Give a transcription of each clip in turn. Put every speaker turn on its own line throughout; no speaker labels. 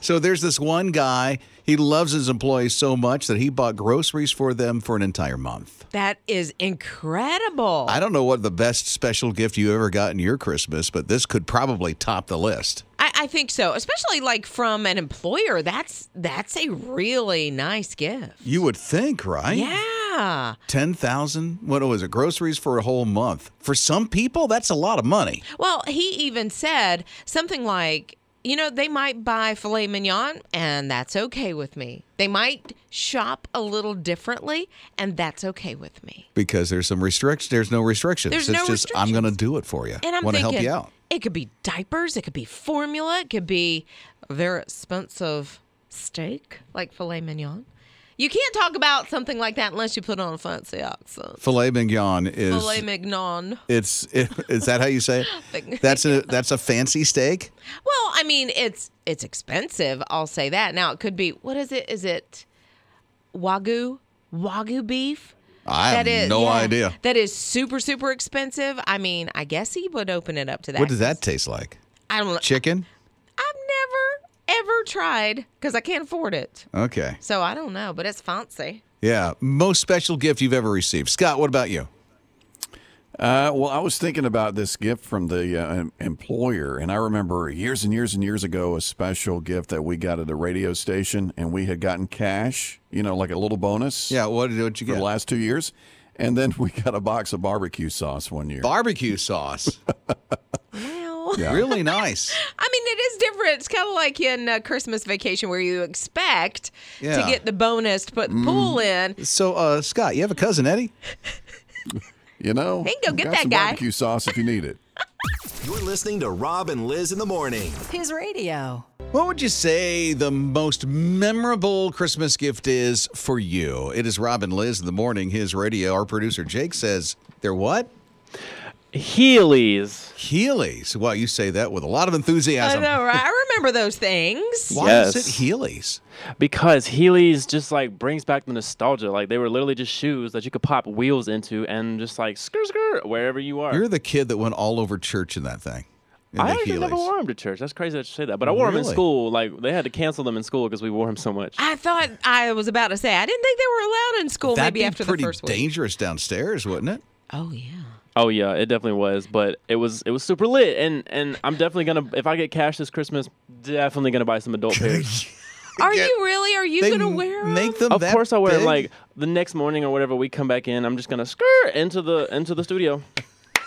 So there's this one guy. He loves his employees so much that he bought groceries for them for an entire month.
That is incredible.
I don't know what the best special gift you ever got in your Christmas, but this could probably top the list.
I, I think so, especially like from an employer. That's that's a really nice gift.
You would think, right?
Yeah.
10,000, what was it? Groceries for a whole month. For some people, that's a lot of money.
Well, he even said something like, you know, they might buy filet mignon, and that's okay with me. They might shop a little differently, and that's okay with me.
Because there's some restrictions. There's no restrictions.
There's
it's
no
just I'm going to
restrictions.
do it for you.
And I'm
want to
thinking,
help you out.
It could be diapers, it could be formula, it could be their expensive steak, like filet mignon. You can't talk about something like that unless you put on a fancy accent.
Filet mignon is
Filet mignon.
it's it, is that how you say it? That's a that's a fancy steak.
Well, I mean, it's it's expensive. I'll say that. Now it could be what is it? Is it wagyu wagyu beef?
I have
That is-
no
yeah.
idea.
That is super super expensive. I mean, I guess he would open it up to that.
What does that taste like?
I don't. know.
Chicken?
I've never ever tried because I can't afford it.
Okay.
So I don't know, but it's fancy.
Yeah. Most special gift you've ever received. Scott, what about you?
Uh, well, I was thinking about this gift from the uh, em- employer, and I remember years and years and years ago a special gift that we got at a radio station, and we had gotten cash, you know, like a little bonus
Yeah, what did you
for
get?
the last two years. And then we got a box of barbecue sauce one year.
Barbecue sauce.
Well,
Really nice.
I mean, it is different. It's kind of like in uh, Christmas Vacation where you expect
Yeah.
to get the bonus to put the pool in.
So, uh, Scott, you have a cousin, Eddie?
you know,
Hey, go get
got
that
some
guy.
barbecue sauce if you need it.
You're listening to Rob and Liz in the morning.
His radio.
What would you say the most memorable Christmas gift is for you? It is Robin Liz in the morning. His radio. Our producer Jake says they're what?
Heelys.
Heelys. Wow, you say that with a lot of enthusiasm.
I know, right? I remember those things.
Why is
Yes.
it Heelys?
Because Heelys just like brings back the nostalgia. Like they were literally just shoes that you could pop wheels into and just like skirt skirt wherever you are.
You're the kid that went all over church in that thing. in
I
the
actually never
Heelys.
wore them to church. That's crazy that you say that. But I wore them
Really?
in school. Like they had to cancel them in school because we wore them so much.
I thought I was about to say I didn't think they were allowed in school.
That'd
maybe
be
after
pretty
the first week.
dangerous downstairs, wouldn't it?
Oh yeah.
Oh yeah, it definitely was. But it was it was super lit. And and I'm definitely gonna if I get cash this Christmas, definitely gonna buy some adult pairs.
Are you really? Are you
They
gonna wear them?
make them.
of
that
course I wear
big?
them. Like the next morning or whatever we come back in, I'm just gonna skirt into the into the studio.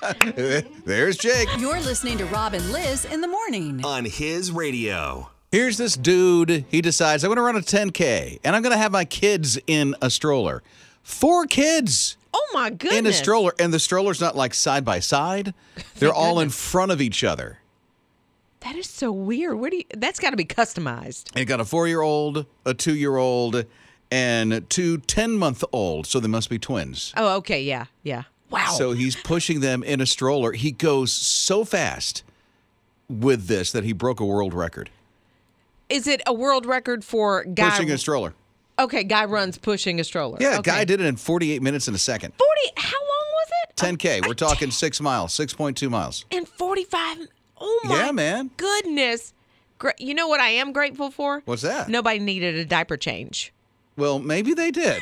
There's Jake.
You're listening to Rob and Liz in the morning.
On his radio.
Here's this dude. He decides I'm going to run a 10K and I'm going to have my kids in a stroller. Four kids
Oh my goodness.
in a stroller, and the stroller's not like side by side. They're all in front of each other.
That is so weird. Where do you? That's got to be customized.
And got a four year old, a two year old, and two 10 month old. So they must be twins.
Oh, okay. Yeah, yeah. Wow.
So he's pushing them in a stroller. He goes so fast with this that he broke a world record.
is it a world record for guy?
Pushing a stroller.
okay, guy runs pushing a stroller.
Yeah,
okay.
guy did it in 48 minutes and a second.
Forty. How long was it?
10K.
Oh,
We're talking six miles, 6.2 miles.
And forty-five. Oh my.
Yeah, man.
Goodness. Gra- You know what I am grateful for?
What's that?
Nobody needed a diaper change.
Well, maybe they did.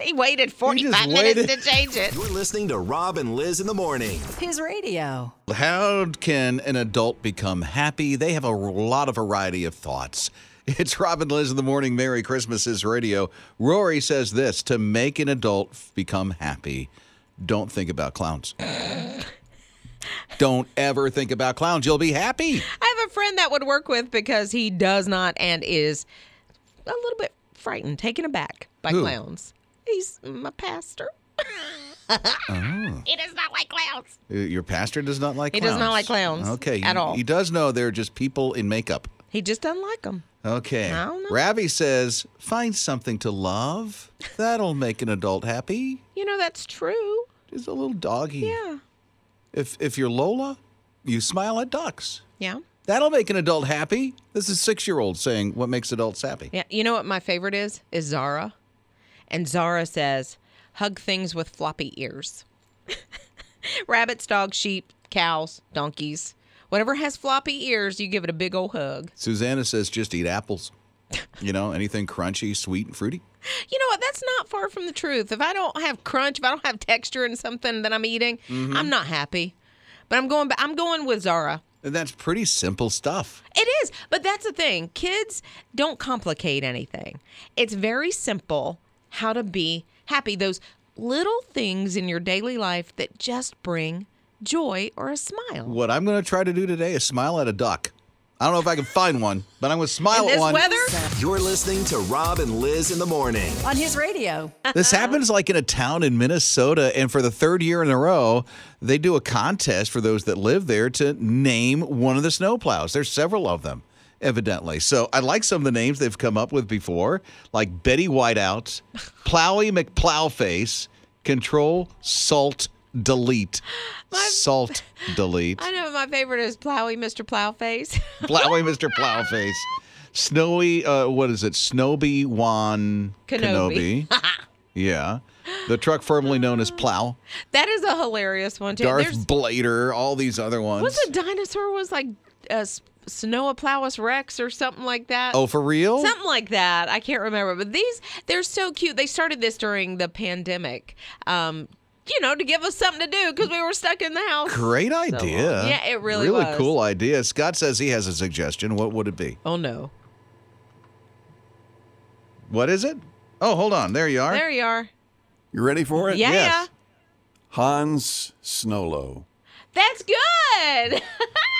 He waited 45
waited.
minutes to change it.
You're listening to Rob and Liz in the morning.
His radio.
How can an adult become happy? They have a lot of variety of thoughts. It's Robin Liz in the morning. Merry Christmases radio. Rory says this to make an adult f- become happy, don't think about clowns. don't ever think about clowns. You'll be happy.
I have a friend that would work with because he does not and is a little bit frightened, taken aback by
Who?
clowns. He's my pastor.
Oh.
He does not like clowns.
Uh, Your pastor does not like
He
clowns.
does not like clowns
Okay.
at
he-
all.
He does know they're just people in makeup.
He just doesn't like them.
Okay.
I don't know.
Ravi says, find something to love. That'll make an adult happy.
You know, that's true.
Just a little doggy.
Yeah.
If if you're Lola, you smile at ducks.
Yeah.
That'll make an adult happy. This is six year old saying what makes adults happy.
Yeah. You know what my favorite is? Is Zara. And Zara says, hug things with floppy ears. Rabbits, dogs, sheep, cows, donkeys. Whatever has floppy ears, you give it a big old hug.
Susanna says just eat apples. You know, anything crunchy, sweet, and fruity.
You know what? That's not far from the truth. If I don't have crunch, if I don't have texture in something that I'm eating, I'm not happy. But I'm going. ba- I'm going with Zara.
And that's pretty simple stuff.
It is, but that's the thing. Kids don't complicate anything. It's very simple how to be happy. Those little things in your daily life that just bring joy or a smile.
What I'm going to try to do today is smile at a duck. I don't know if I can find one, but I'm going to smile
in this
at one.
weather,
You're listening to Rob and Liz in the morning.
On his radio.
This happens like in a town in Minnesota, and for the third year in a row, they do a contest for those that live there to name one of the snowplows. There's several of them, evidently. So I like some of the names they've come up with before, like Betty Whiteout, Plowy McPlowface, Control Salt Delete, Salt Delete,
I know my favorite is Plowy, Mr. Plowface.
Plowy Mr. Plowface, Snowy. Uh, what is it? Snowby Wan
Kenobi.
Kenobi. yeah, the truck formerly known as Plow.
that is a hilarious one too.
Darth
There's
Blader, all these other ones.
what's a dinosaur was like uh, Snowoplowus rex or something like that.
oh, for real?
Something like that. I can't remember. But these, they're so cute. They started this during the pandemic, um, you know, to give us something to do because we were stuck in the house.
Great idea.
Yeah, it really
Really
was.
cool idea. Scott says he has a suggestion. What would it be?
Oh, no.
What is it? Oh, hold on. There you are.
There you are.
You ready for it?
Yeah.
yes.
Hans Snolo.
That's good.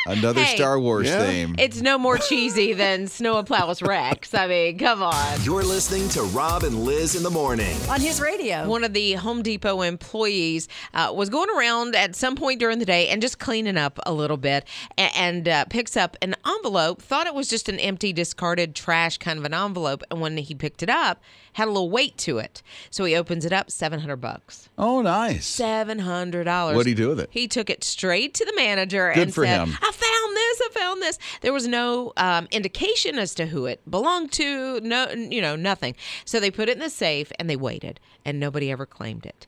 Another
Hey.
Star Wars
Yeah.
theme.
it's no more cheesy than Snowoplowus rex. I mean, come on.
You're listening to Rob and Liz in the morning.
On his radio.
One of the Home Depot employees uh, was going around at some point during the day and just cleaning up a little bit and, and uh, picks up an envelope, thought it was just an empty, discarded trash kind of an envelope. And when he picked it up, had a little weight to it. So he opens it up, 700 bucks.
oh, nice.
$700.
What'd he do with it?
He took it straight to the manager
Good
and
for
said,
him.
I found this. I found this. There was no um, indication as to who it belonged to. No, you know, nothing. So they put it in the safe and they waited, and nobody ever claimed it.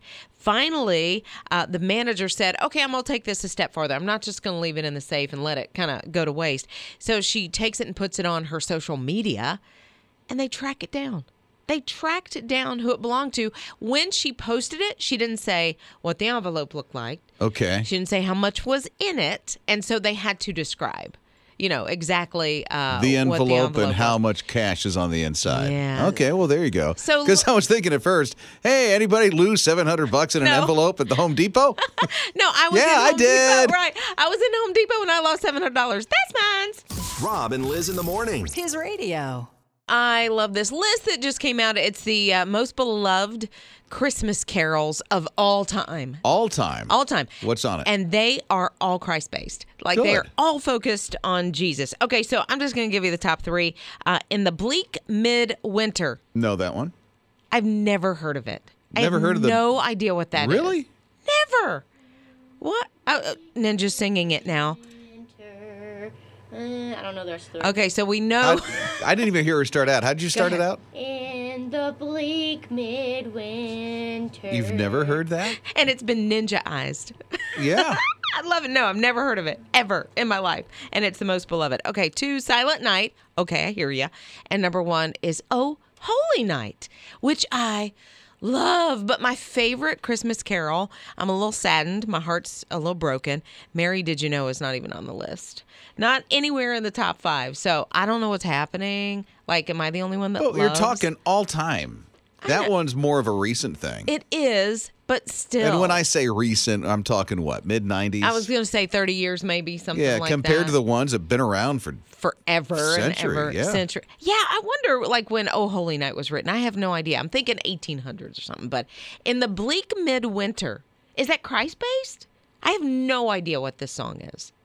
Finally, uh, the manager said, "Okay, I'm gonna take this a step farther. I'm not just gonna leave it in the safe and let it kind of go to waste." So she takes it and puts it on her social media, and they track it down. They tracked down who it belonged to. When she posted it, she didn't say what the envelope looked like.
Okay.
She didn't say how much was in it, and so they had to describe, you know, exactly uh,
The
what
envelope,
the
and
envelope
how
was.
much cash is on the inside.
Yeah.
Okay, well there you go.
So-
because I was thinking at first, hey, anybody lose seven hundred bucks in an
No.
envelope at the Home Depot?
No, I was.
Yeah,
in
I
Home
did.
Depot, right, I was in Home Depot and I lost seven hundred dollars. That's mine.
Rob and Liz in the morning.
His radio.
I love this list that just came out. It's the uh, most beloved Christmas carols of all time.
All time.
All time.
What's on it?
And they are all Christ based. Like they are
Good.
all focused on Jesus. Okay, so I'm just going to give you the top three. Uh, in the bleak midwinter,
know that one?
I've never heard of it.
Never
I have
heard of the-
No idea what that is.
Really?
Never. What? Oh, uh, Ninja's singing it now.
Winter. Uh, I don't know. There's three.
Okay, so we know.
I, I didn't even hear her start out. How'd you start it
Oh. ahead.
out?
In the bleak midwinter.
You've never heard that?
and it's been ninjaized.
Yeah.
I love it. No, I've never heard of it ever in my life. And it's the most beloved. Okay, two, Silent Night. Okay, I hear ya. And number one is Oh Holy Night, which I love. But my favorite Christmas carol, I'm a little saddened. My heart's a little broken. Mary Did You Know is not even on the list, not anywhere in the top five. So I don't know what's happening. Like, am I the only one that
Well, Oh, you're
loves-
talking all time. That one's more of a recent thing.
It is, but still.
and when I say recent, I'm talking what, mid 90s?
I was going to say 30 years, maybe something
Yeah,
like
compared
that.
to the ones that have been around for.
forever
Century,
and ever
yeah.
century. Yeah, I wonder like when Oh Holy Night was written. I have no idea. I'm thinking 1800s or something. But in the bleak midwinter, is that Christ based? I have no idea what this song is.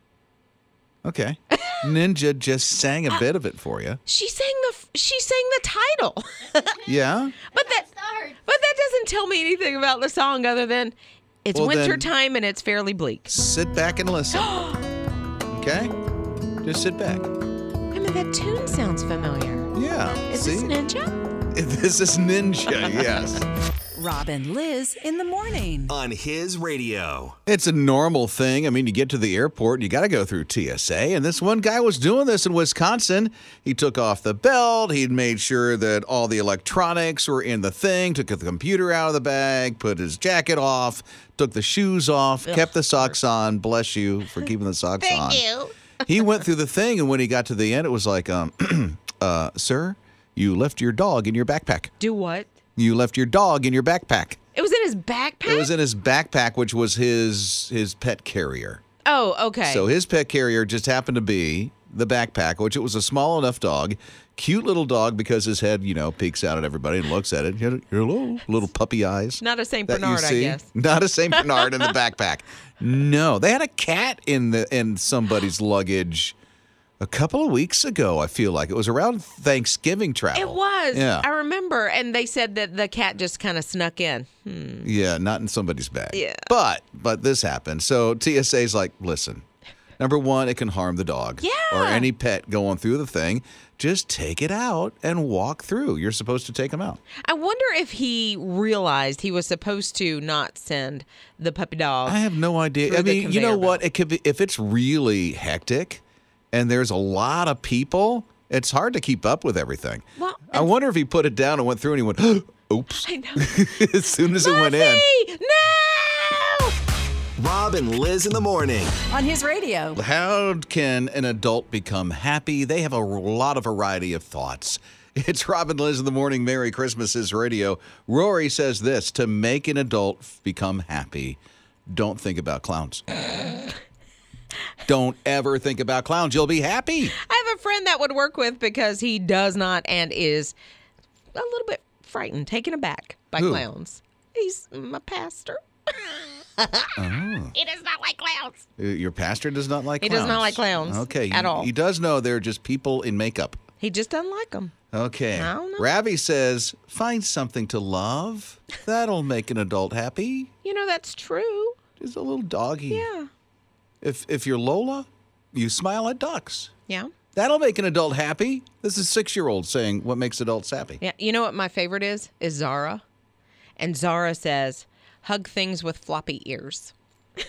Okay. Ninja just sang a bit of it for you.
She sang the she sang the title, but
Yeah.
that
Start.
but that doesn't tell me anything about the song other than it's
Well, then-
winter time and it's fairly bleak.
Sit back and listen. okay? Just sit back.
I mean that tune sounds familiar.
Yeah.
Is
See?
this Ninja?
This is Ninja, yes.
Rob and Liz in the morning.
on his radio.
It's a normal thing. I mean, you get to the airport, you got to go through TSA. And this one guy was doing this in Wisconsin. He took off the belt. He'd made sure that all the electronics were in the thing, took the computer out of the bag, put his jacket off, took the shoes off, kept the socks on. Bless you for keeping the socks on.
you.
He went through the thing. And when he got to the end, it was like, um, uh, sir, you left your dog in your backpack.
Do what?
You left your dog in your backpack.
It was in his backpack.
It was in his backpack, which was his his pet carrier.
oh, okay.
So his pet carrier just happened to be the backpack, which it was a small enough dog, cute little dog because his head, you know, peeks out at everybody and looks at it. He had Hello, little puppy eyes.
Not a Saint
that you
Bernard, I
see.
guess.
Not a Saint Bernard in the backpack. No, they had a cat in the in somebody's luggage a couple of weeks ago. I feel like it was around Thanksgiving travel.
It was.
Yeah,
I remember. And they said that the cat just kind of snuck in. Hmm.
Yeah, not in somebody's bag.
Yeah.
But but this happened. So TSA's like, listen, number one, it can harm the dog. Yeah. Or any pet going through the thing. Just take it out and walk through. You're supposed to take them out.
I wonder if he realized he was supposed to not send the puppy dog.
I have no idea.
Through
I
the
mean, you know
conveyor
what? It could be if it's really hectic and there's a lot of people, it's hard to keep up with everything.
Well,
I wonder if he put it down and went through and he went, oops,
I know.
as soon as it went in.
Buffy! No!
Rob and Liz in the morning.
On his radio.
How can an adult become happy? They have a lot of variety of thoughts. It's Robin Liz in the morning. Merry Christmases radio. Rory says this to make an adult f- become happy, don't think about clowns. don't ever think about clowns. You'll be happy.
I have a friend that would work with because he does not and is a little bit frightened, taken aback by
Who?
clowns. He's my pastor. He does not like clowns.
Uh, Your pastor does not like
He
clowns.
does not like clowns
Okay.
at
he-
all.
He does know they're just people in makeup.
He just doesn't like them.
Okay.
I don't know.
Ravi says, find something to love. That'll make an adult happy.
You know, that's true.
Just a little doggy.
Yeah.
If if you're Lola, you smile at ducks.
Yeah.
That'll make an adult happy. This is six year old saying what makes adults happy.
Yeah. You know what my favorite is? Is Zara. And Zara says, hug things with floppy ears.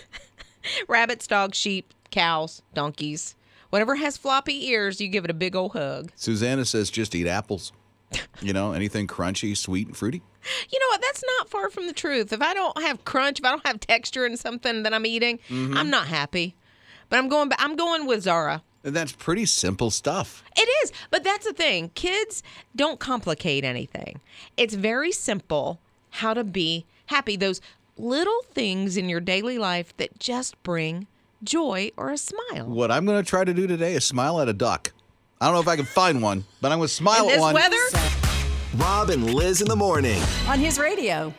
Rabbits, dogs, sheep, cows, donkeys. Whatever has floppy ears, you give it a big old hug.
Susanna says just eat apples. You know, anything crunchy, sweet, and fruity.
You know what? That's not far from the truth. If I don't have crunch, if I don't have texture in something that I'm eating, I'm not happy. But I'm going. ba- I'm going with Zara.
And that's pretty simple stuff.
It is, but that's the thing. Kids don't complicate anything. It's very simple how to be happy. Those little things in your daily life that just bring joy or a smile.
What I'm going to try to do today is smile at a duck. I don't know if I can find one, but I'm going to smile
In this
at one.
weather,
Rob and Liz in the morning.
On his radio.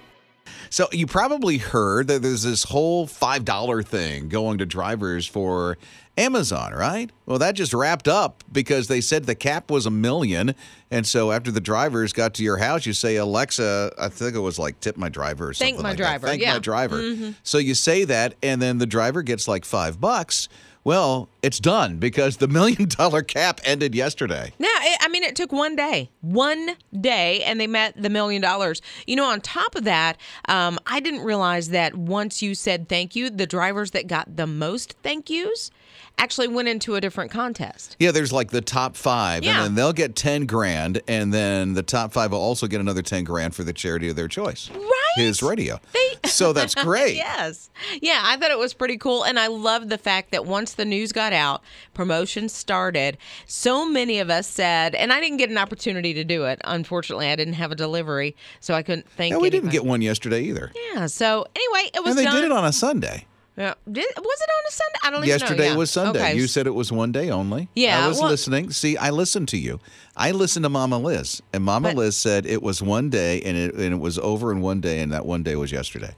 So you probably heard that there's this whole five dollar thing going to drivers for Amazon, right? Well, that just wrapped up because they said the cap was a million, and so after the drivers got to your house, you say Alexa, I think it was like tip my driver or something
my
like
driver,
That. Thank
yeah. Mm-hmm.
my driver. So you say that, and then the driver gets like five bucks. Well, it's done because the million dollar cap ended yesterday.
No, it, I mean, it took one day, one day, and they met the million dollars. You know, on top of that, um, I didn't realize that once you said thank you, the drivers that got the most thank yous actually went into a different contest.
Yeah, there's like the top five,
Yeah.
and then they'll get ten grand, and then the top five will also get another ten grand for the charity of their choice.
Right?
His radio. so that's great.
Yes. Yeah, I thought it was pretty cool. And I love the fact that once the news got out, promotion started. So many of us said, and I didn't get an opportunity to do it. Unfortunately, I didn't have a delivery, so I couldn't thank
And we didn't
anybody.
get one yesterday either.
Yeah. So anyway, it was
and they
done.
did it on a Sunday.
Yeah. Did, was it on a Sunday? I don't even know.
Yesterday
Yeah.
was Sunday.
Okay.
You said it was one day only.
Yeah,
I was
well-
listening. See, I listened to you. I listened to Mama Liz, and Mama
But-
Liz said it was one day, and it and it was over in one day, and that one day was yesterday.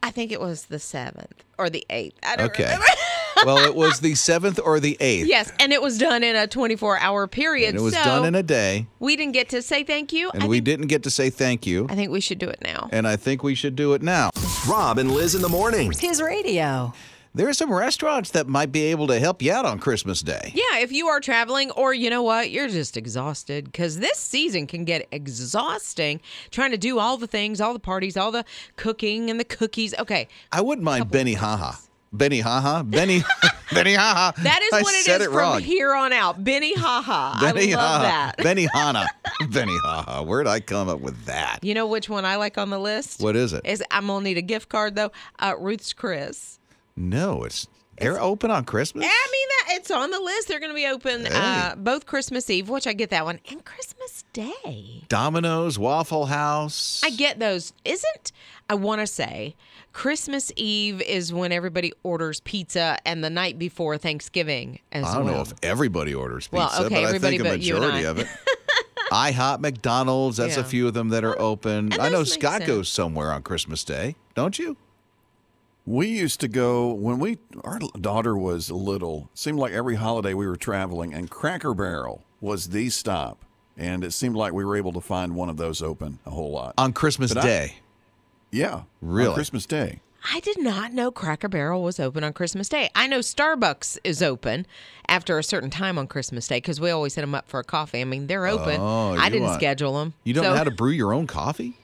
I think it was the seventh or the eighth. I don't
Okay.
remember.
well, it was the seventh or the eighth.
yes, and it was done in a 24-hour period.
And it was
so
done in a day,
we didn't get to say thank you.
and
I
we
think,
didn't get to say thank you.
I think we should do it now.
and I think we should do it now.
Rob and Liz in the morning.
His radio.
there are some restaurants that might be able to help you out on Christmas Day.
Yeah, if you are traveling, or you know what, you're just exhausted because this season can get exhausting trying to do all the things, all the parties, all the cooking and the cookies. Okay,
I wouldn't mind Benny Haha. Benny Haha. Benny Benny Haha.
that is
I
what it
said
is
it
from
wrong.
here on out. Benny Haha.
Benny
I
Haha.
love that.
Benny Hana. Benny Haha. Where'd I come up with that?
You know which one I like on the list?
What is it?
Is I'm gonna need a gift card though. Uh, Ruth's Chris.
No, it's they're open on Christmas.
I mean that it's on the list. They're gonna be open uh, both Christmas Eve, which I get that one, and Christmas Day.
Domino's, Waffle House.
I get those. Isn't I want to say Christmas Eve is when everybody orders pizza, and the night before Thanksgiving as
I don't
well.
know if everybody orders pizza,
Well, okay,
but I
everybody
think a
but you and
majority
I.
of it. IHOP, McDonald's, that's a
Yeah.
few of them that are open.
and
I know
those make
Scott
sense.
goes somewhere on Christmas Day, don't you?
We used to go when we our daughter was little. Seemed like every holiday we were traveling, and Cracker Barrel was the stop, and it seemed like we were able to find one of those open a whole lot.
On Christmas
But I-
Day.
yeah, on
Really?
Christmas Day.
I did not know Cracker Barrel was open on Christmas Day. I know Starbucks is open after a certain time on Christmas Day because we always hit them up for a coffee. I mean, they're open.
Oh,
I
you
didn't
want-
schedule them.
you don't know how to brew your own coffee?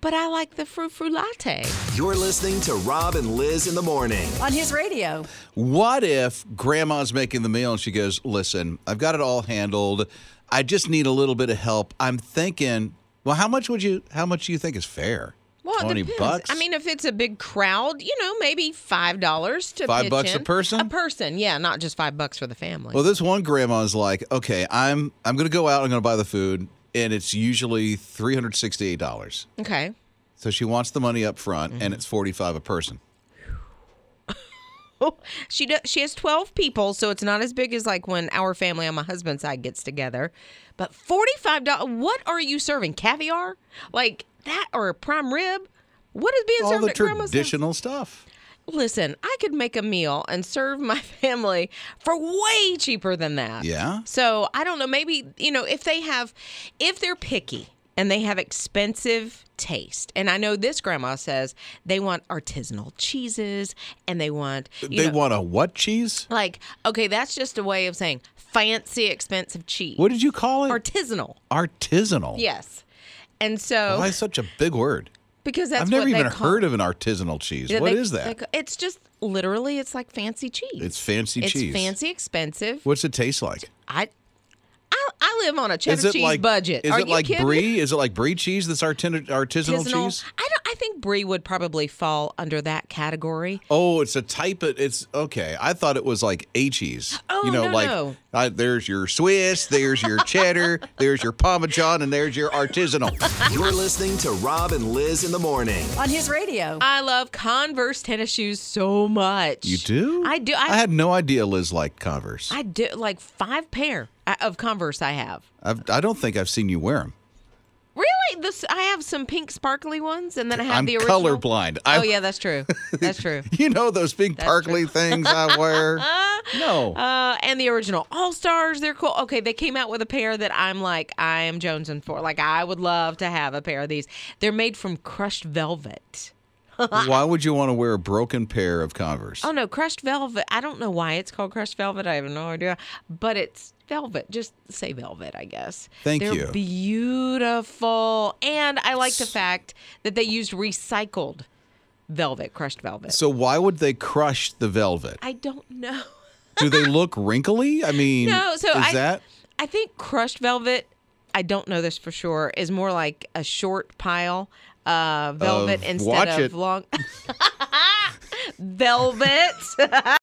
But I like the frou frou latte.
You're listening to Rob and Liz in the morning.
on his radio.
What if grandma's making the meal and she goes, Listen, I've got it all handled. I just need a little bit of help. I'm thinking, well, how much would you how much do you think is fair?
Well, it
Twenty
depends.
bucks?
I mean, if it's a big crowd, you know, maybe five dollars to
Five
pitch
bucks a
in.
person?
A person, yeah, not just five bucks for the family.
Well, this one grandma's like, okay, I'm I'm gonna go out. I'm gonna buy the food, and it's usually three hundred sixty-eight dollars.
okay,
So she wants the money up front,
Mm-hmm.
and it's forty-five a person.
she do, she has twelve people, so it's not as big as like when our family on my husband's side gets together. But forty five dollars. What are you serving? Caviar, like that, or a prime rib? What is being
All
served
the
at grandma's? house?
traditional stuff.
Listen, I could make a meal and serve my family for way cheaper than that.
Yeah.
So I don't know. Maybe, you know, if they have, if they're picky and they have expensive taste, and I know this grandma says they want artisanal cheeses and they want, you
they
know,
want a what cheese?
like, okay, that's just a way of saying fancy, expensive cheese.
What did you call it?
Artisanal.
artisanal.
Yes. And so,
Why such a big word?
because that's
I've never
what they
even
call-
heard of an artisanal cheese. What is
they- they
that?
ca- it's just literally, it's like fancy cheese.
it's fancy
it's
cheese.
fancy, expensive.
What's it taste like?
I, I, I live on a cheddar
is it
cheese
like
budget.
Is
Are
it
you
like
kidding?
brie? Is it like brie cheese? That's artisan- artisanal,
Artisanal.
cheese.
I don't. I think brie would probably fall under that category.
Oh, it's a type of it's okay. I thought it was like a cheese.
Oh,
you know,
no,
like
no.
I, there's your Swiss, there's your cheddar, there's your Parmesan, and there's your artisanal.
You're listening to Rob and Liz in the morning.
On his radio.
I love Converse tennis shoes so much.
You do?
I do.
I,
I,
had no idea Liz liked Converse. I,
I do like five pair uh, of Converse. I have.
I've, I don't think I've seen you wear them.
Really? This I have some pink sparkly ones, and then I have
I'm
the original.
colorblind. I-
oh yeah, that's true. That's true.
You know those big sparkly things I wear? no.
Uh, and the original All Stars, they're cool. Okay, they came out with a pair that I'm like, I am jonesing for. Like, I would love to have a pair of these. They're made from crushed velvet.
Why would you want to wear a broken pair of Converse?
Oh no, crushed velvet. I don't know why it's called crushed velvet. I have no idea, but it's velvet. Just say velvet, I guess.
Thank
They're
you.
Beautiful, and I like the fact that they used recycled velvet, crushed velvet.
So why would they crush the velvet?
I don't know.
Do they look wrinkly? I mean,
No, so
is
I,
that
I think crushed velvet. I don't know this for sure. Is more like a short pile uh, velvet
Of
instead
watch
of
it.
long velvet.